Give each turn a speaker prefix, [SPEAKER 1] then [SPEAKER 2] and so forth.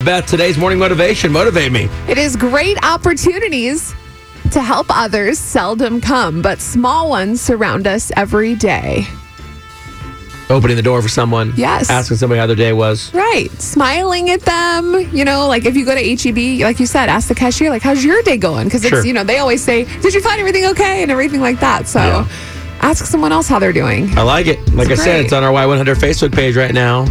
[SPEAKER 1] Beth, today's morning motivation. Motivate me.
[SPEAKER 2] It is great opportunities to help others seldom come, but small ones surround us every day.
[SPEAKER 1] Opening the door for someone.
[SPEAKER 2] Yes.
[SPEAKER 1] Asking somebody how their day was.
[SPEAKER 2] Right. Smiling at them, you know, like if you go to HEB, like you said, ask the cashier, like, how's your day going? Because it's,
[SPEAKER 1] Sure.
[SPEAKER 2] you know, they always say, did you find everything okay? And everything like that. So
[SPEAKER 1] Yeah.
[SPEAKER 2] ask someone else how they're doing.
[SPEAKER 1] I like it. Like I
[SPEAKER 2] It's
[SPEAKER 1] said,
[SPEAKER 2] great.
[SPEAKER 1] it's on our Y100 Facebook page right now.